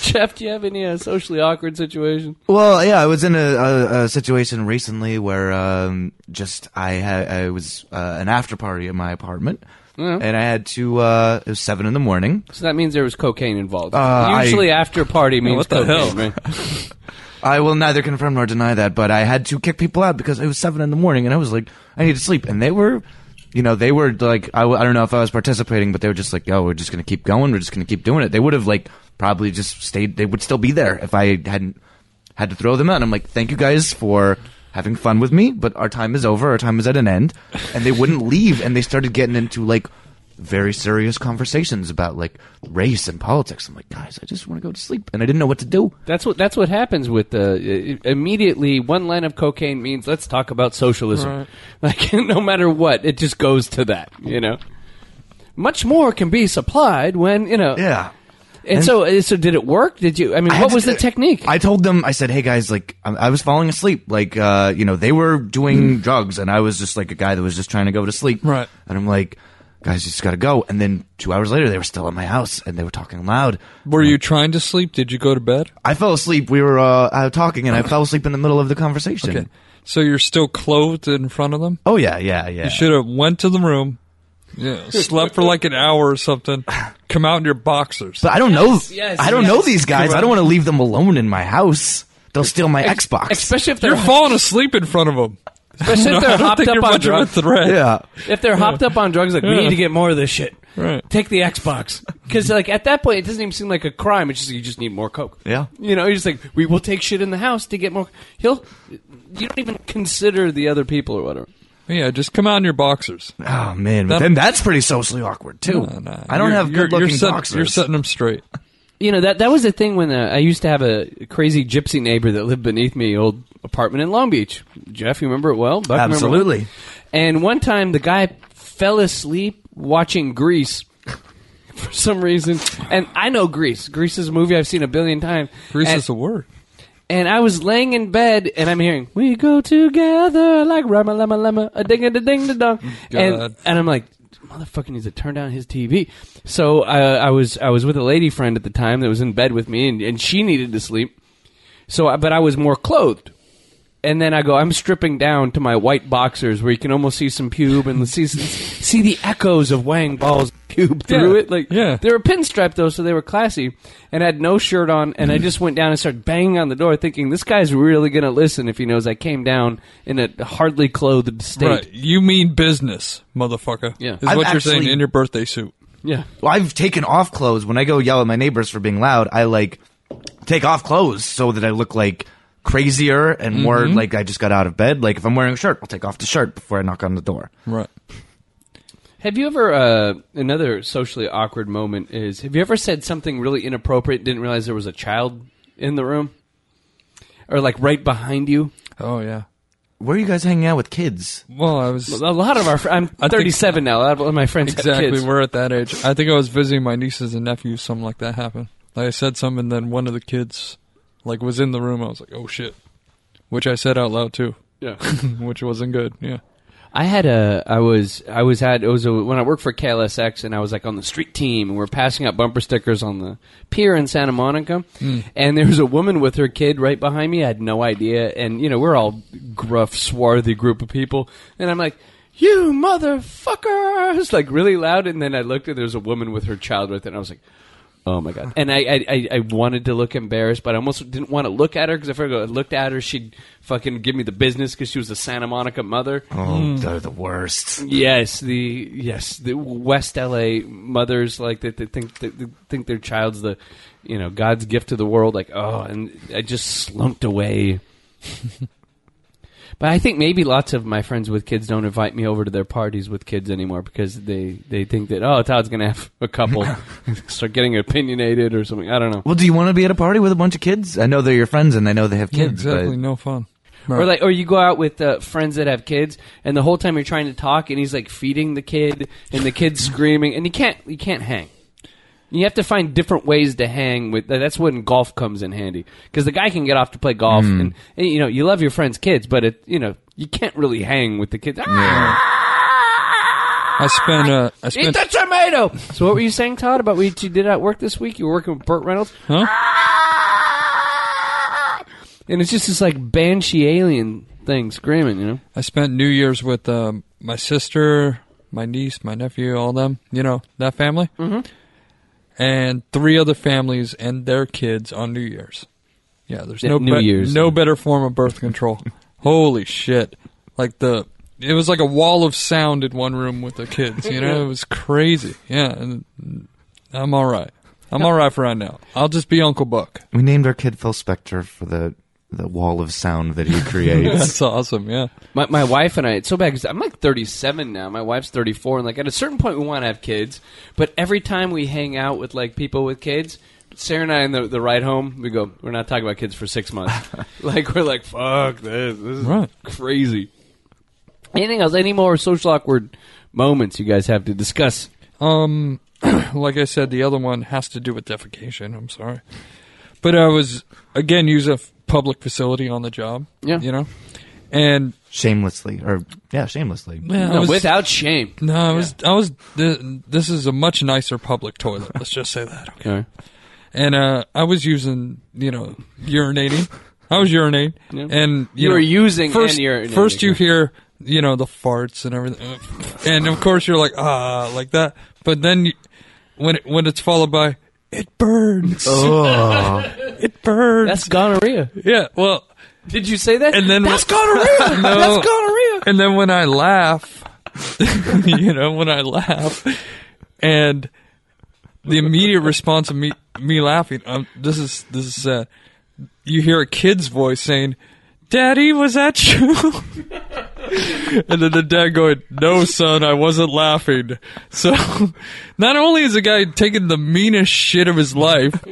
Speaker 2: Jeff, do you have any uh, socially awkward situation?
Speaker 4: Well, yeah, I was in a, a, a situation recently where um, just I had I was uh, an after party at my apartment,
Speaker 2: Yeah.
Speaker 4: and I had to. Uh, it was seven in the morning.
Speaker 2: So that means there was cocaine involved.
Speaker 4: Uh,
Speaker 2: Usually,
Speaker 4: I-
Speaker 2: after party means
Speaker 4: What the
Speaker 2: cocaine.
Speaker 4: hell?
Speaker 2: right?
Speaker 4: I will neither confirm nor deny that, but I had to kick people out because it was seven in the morning, and I was like, I need to sleep, and they were you know, they were like, I, w- I don't know if I was participating, but they were just like, yo, we're just going to keep going. We're just going to keep doing it. They would have like probably just stayed. They would still be there if I hadn't had to throw them out. And I'm like, thank you guys for having fun with me, but our time is over. Our time is at an end. And they wouldn't leave. And they started getting into like very serious conversations about like race and politics. I'm like, guys, I just want to go to sleep. And I didn't know what to do.
Speaker 2: That's what that's what happens with the i- immediately one line of cocaine means let's talk about socialism.
Speaker 3: Right.
Speaker 2: Like no matter what, it just goes to that. You know, much more can be supplied when you know.
Speaker 4: Yeah.
Speaker 2: And,
Speaker 4: And-
Speaker 2: so so did it work? Did you? I mean,
Speaker 4: I
Speaker 2: what
Speaker 4: had
Speaker 2: was
Speaker 4: to-
Speaker 2: the technique?
Speaker 4: I told them, I said, hey guys, like, I, I was falling asleep. Like, uh, you know, they were
Speaker 3: Mm.
Speaker 4: doing drugs and I was just like a guy that was just trying to go to sleep. Right. And I'm like, guys, you just gotta go. And then two hours later, they were still at my house and they were talking loud.
Speaker 3: Were you trying to sleep? Did you go to bed?
Speaker 4: I fell asleep. We were, uh, out talking and I fell asleep in the middle of the conversation.
Speaker 3: Okay. So you're still clothed in front of them?
Speaker 4: Oh, yeah, yeah, yeah.
Speaker 3: You should have went to the room, yeah, slept for like an hour or something, come out in your boxers.
Speaker 4: But I don't
Speaker 3: Yes,
Speaker 4: know.
Speaker 3: yes,
Speaker 4: I don't know
Speaker 3: yes.
Speaker 4: these guys. I don't want to leave them alone in my house. They'll steal my Xbox.
Speaker 2: Especially if they're
Speaker 3: You're falling asleep in front of them.
Speaker 2: Especially if
Speaker 3: I
Speaker 2: they're
Speaker 3: don't
Speaker 2: hopped
Speaker 3: think
Speaker 2: up
Speaker 3: you're
Speaker 2: on
Speaker 3: much of a
Speaker 2: drugs.
Speaker 3: threat.
Speaker 2: If they're hopped up on drugs, like we
Speaker 3: Yeah.
Speaker 2: need to get more of this shit.
Speaker 3: Right.
Speaker 2: Take the Xbox because like at that point it doesn't even seem like a crime. It's just you just need more coke.
Speaker 4: Yeah.
Speaker 2: You know, you're just like we will take shit in the house to get more. He'll. You don't even consider the other people or whatever.
Speaker 3: Yeah, just come out in your boxers.
Speaker 4: Oh man, but
Speaker 3: That-
Speaker 4: then that's pretty socially awkward too.
Speaker 3: No, no.
Speaker 4: I don't
Speaker 3: You're-
Speaker 4: have
Speaker 3: you're-
Speaker 4: good looking
Speaker 3: you're set-
Speaker 4: boxers.
Speaker 3: You're setting them straight.
Speaker 2: You know that that was the thing when uh, I used to have a crazy gypsy neighbor that lived beneath me, old apartment in Long Beach. Jeff, you remember it well. Buck, remember it well?
Speaker 4: Absolutely.
Speaker 2: And one time, the guy fell asleep watching Grease for some reason. And I know Grease. Grease is a movie I've seen a billion times.
Speaker 3: Grease
Speaker 2: And-
Speaker 3: is a word.
Speaker 2: And I was laying in bed, and I'm hearing "We go together like rama lama lama a ding a ding da dong,"
Speaker 3: Mm, God.
Speaker 2: and and I'm like, motherfucker needs to turn down his TV. So uh, I was I was with a lady friend at the time that was in bed with me, and, and she needed to sleep. So, I, but I was more clothed. And then I go, I'm stripping down to my white boxers where you can almost see some pube and see see the echoes of Wang Ball's pube through
Speaker 3: Yeah.
Speaker 2: it. Like they were pinstriped though, so they were classy. And I had no shirt on, and I just went down and started banging on the door, thinking this guy's really gonna listen if he knows I came down in a hardly clothed state.
Speaker 3: Right. You mean business, motherfucker. Yeah. Is
Speaker 4: I've
Speaker 3: what you're saying
Speaker 4: actually-
Speaker 3: in your birthday suit.
Speaker 2: Yeah.
Speaker 4: Well, I've taken off clothes when I go yell at my neighbors for being loud. I like take off clothes so that I look like crazier and more
Speaker 3: Mhm.
Speaker 4: like I just got out of bed. Like if I'm wearing a shirt, I'll take off the shirt before I knock on the door.
Speaker 3: Right.
Speaker 2: Have you ever uh, another socially awkward moment is have you ever said something really inappropriate didn't realize there was a child in the room or like right behind you?
Speaker 3: Oh yeah.
Speaker 4: Where are you guys hanging out with kids?
Speaker 3: Well, I was
Speaker 2: A lot of our fr- I'm
Speaker 3: I think-
Speaker 2: 37 now. A lot of my friends have
Speaker 3: Exactly,
Speaker 2: kids.
Speaker 3: we're at that age. I think I was visiting my nieces and nephews. Something like that happened. Like I said something, and then one of the kids, like, was in the room. I was like, "Oh shit," which I said out loud too.
Speaker 2: Yeah.
Speaker 3: which wasn't good. Yeah.
Speaker 2: I had a I was I was had it was a, when I worked for KLSX and I was like on the street team and we are passing out bumper stickers on the pier in Santa Monica
Speaker 15: Mm.
Speaker 2: and there was a woman with her kid right behind me I had no idea and you know we're all gruff swarthy group of people and I'm like you motherfuckers like really loud and then I looked and there was a woman with her child right there and I was like Oh my god! And I, I, I- I wanted to look embarrassed, but I almost didn't want to look at her because if I looked at her, she'd fucking give me the business because she was a Santa Monica mother.
Speaker 3: Mm-hmm.
Speaker 4: Oh, they're the worst.
Speaker 2: Yes, the yes, the West LA mothers like that they think that they think their child's the you know God's gift to the world. Like oh, and I just slumped away. but I think maybe lots of my friends with kids don't invite me over to their parties with kids anymore because they they think that oh Todd's gonna have a couple, start getting opinionated or something. I don't know.
Speaker 4: Well, do you want to be at a party with a bunch of kids? I know they're your friends and I know they have
Speaker 2: Yeah,
Speaker 4: kids.
Speaker 3: Exactly.
Speaker 4: But
Speaker 3: No fun.
Speaker 2: Or like, or you go out with uh, friends that have kids, and the whole time you're trying to talk, and he's like feeding the kid, and the kid's screaming, and you can't, you can't hang. You have to find different ways to hang with. That's when golf comes in handy because the guy can get off to play golf,
Speaker 4: Mm.
Speaker 2: and, and, you know you love your friend's kids, but it, you know you can't really hang with the Ah! kids.
Speaker 3: I spent. Uh, I
Speaker 2: Eat
Speaker 3: spent.
Speaker 2: the tomato. So what were you saying, Todd, about what you did at work this week? You were working with Burt Reynolds,
Speaker 3: Huh?
Speaker 2: and it's just this like banshee alien thing screaming. You know,
Speaker 3: I spent New Year's with um, my sister, my niece, my nephew, all them. You know that family, mm-hmm. and three other families and their kids on New Year's. Yeah, there's
Speaker 2: Yeah,
Speaker 3: no
Speaker 2: New Year's.
Speaker 3: no better form of birth control. Holy shit! Like the it was like a wall of sound in one room with the kids. You know, it was crazy. Yeah, and I'm all right. I'm all right for right now. I'll just be Uncle Buck.
Speaker 4: We named our kid Phil Spector for the the wall of sound that he creates.
Speaker 3: That's awesome. Yeah.
Speaker 2: My, my wife and I, it's so bad because I'm like 37 now. My wife's 34. And like at a certain point, we want to have kids. But every time we hang out with like people with kids, Sarah and I on the, the ride home, we go, we're not talking about kids for six months. like we're like, fuck this. This is
Speaker 3: Right.
Speaker 2: crazy. Anything else? Any more social awkward moments you guys have to discuss?
Speaker 3: Um, like I said, the other one has to do with defecation. I'm sorry, but I was again use a f- public facility on the job.
Speaker 2: Yeah.
Speaker 3: you know, and
Speaker 4: shamelessly, or yeah, shamelessly.
Speaker 3: Yeah, I
Speaker 2: No,
Speaker 3: was-
Speaker 2: without shame.
Speaker 3: no, I was I was th- this is a much nicer public toilet. Let's just say that. Okay.
Speaker 2: Okay.
Speaker 3: And uh, I was using, you know, urinating. I was urinating,
Speaker 2: Yeah.
Speaker 3: and
Speaker 2: You
Speaker 3: know,
Speaker 2: were using
Speaker 3: first,
Speaker 2: and urinating,
Speaker 3: First, you
Speaker 2: yeah.
Speaker 3: hear, you know, the farts and everything, and of course you're like ah, like that. But then you, when it, when it's followed by it burns, it burns.
Speaker 2: That's gonorrhea.
Speaker 3: yeah, well,
Speaker 2: Did you say that?
Speaker 3: and then
Speaker 2: that's gonorrhea.
Speaker 3: No.
Speaker 2: That's gonorrhea.
Speaker 3: and then when I laugh, you know, when I laugh, and the immediate response of me me laughing, um, this is this is sad. You hear a kid's voice saying, "Daddy, was that you?" and then the dad going, "No, son, I wasn't laughing." So, not only is the guy taking the meanest shit of his life,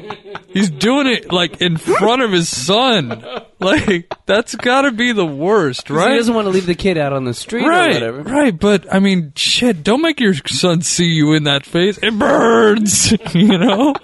Speaker 3: he's doing it like in front of his son. Like that's got to be the worst, right?
Speaker 2: He doesn't want to leave the kid out on the street
Speaker 3: right,
Speaker 2: or whatever.
Speaker 3: Right, but I mean, shit, don't make your son see you in that face. It burns, you know?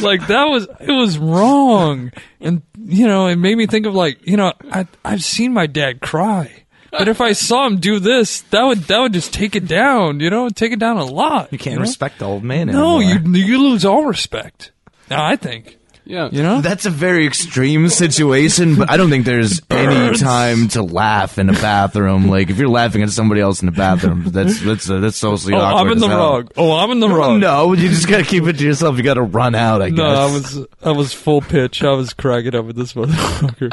Speaker 3: like that was it was wrong. And you know, it made me think of like, you know, I I've seen my dad cry. But if I saw him do this, that would that would just take it down, you know, take it down a lot.
Speaker 4: You can't
Speaker 3: know?
Speaker 4: respect the old man
Speaker 3: No,
Speaker 4: anymore.
Speaker 3: you you lose all respect. I think.
Speaker 2: Yeah.
Speaker 3: You know?
Speaker 4: That's a very extreme situation, but I don't think there's any time to laugh in a bathroom. Like if you're laughing at somebody else in the bathroom, that's that's uh, that's socially
Speaker 3: Oh,
Speaker 4: awkward.
Speaker 3: I'm in
Speaker 4: as
Speaker 3: the
Speaker 4: hell.
Speaker 3: wrong. Oh, I'm in the wrong.
Speaker 4: No, you just gotta keep it to yourself. You gotta run out. I guess.
Speaker 3: No, I was I was full pitch. I was cracking up with this motherfucker.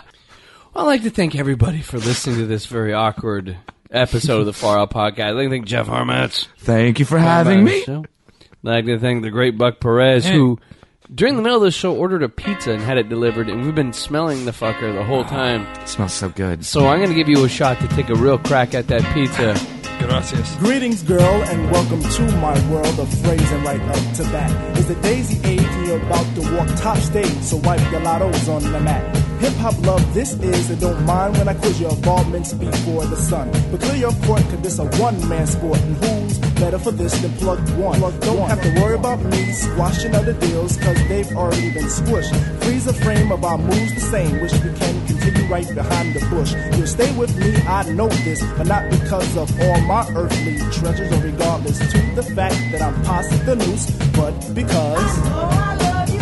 Speaker 2: I'd like to thank everybody for listening to this very awkward episode of the Far Out Podcast. I'd like to thank Jeff Harmatz
Speaker 4: Thank you for
Speaker 2: for
Speaker 4: having
Speaker 2: the
Speaker 4: me.
Speaker 2: show. I'd like to thank the great Buck Perez, who during the middle of the show ordered a pizza and had it delivered, and we've been smelling the fucker the whole time.
Speaker 4: It smells so good.
Speaker 2: So I'm going to give you a shot to take a real crack at that pizza.
Speaker 3: Gracias.
Speaker 15: Greetings, girl, and welcome to my world of phrase. And right up to that is the daisy age, and you're about to walk top stage. So wipe your lottos on the mat. Hip hop love, this is, and don't mind when I quiz your involvements before the sun. But clear your court, cause this a one man sport, and who's better for this than plugged one? Plugged don't have to worry about me squashing other deals, cause they've already been squished. Freeze the frame of our moves the same, which we can continue right behind the bush. You'll stay with me, I know this, but not because of all my earthly treasures, or regardless to the fact that I'm past the noose, but because.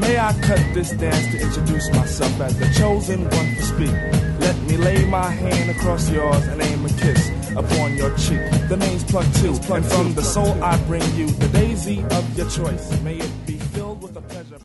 Speaker 16: May I cut this dance to introduce myself as the chosen one to speak? Let me lay my hand across yours and aim a kiss upon your cheek. The name's plucked too, and from the soul I bring you the daisy of your choice. May it be.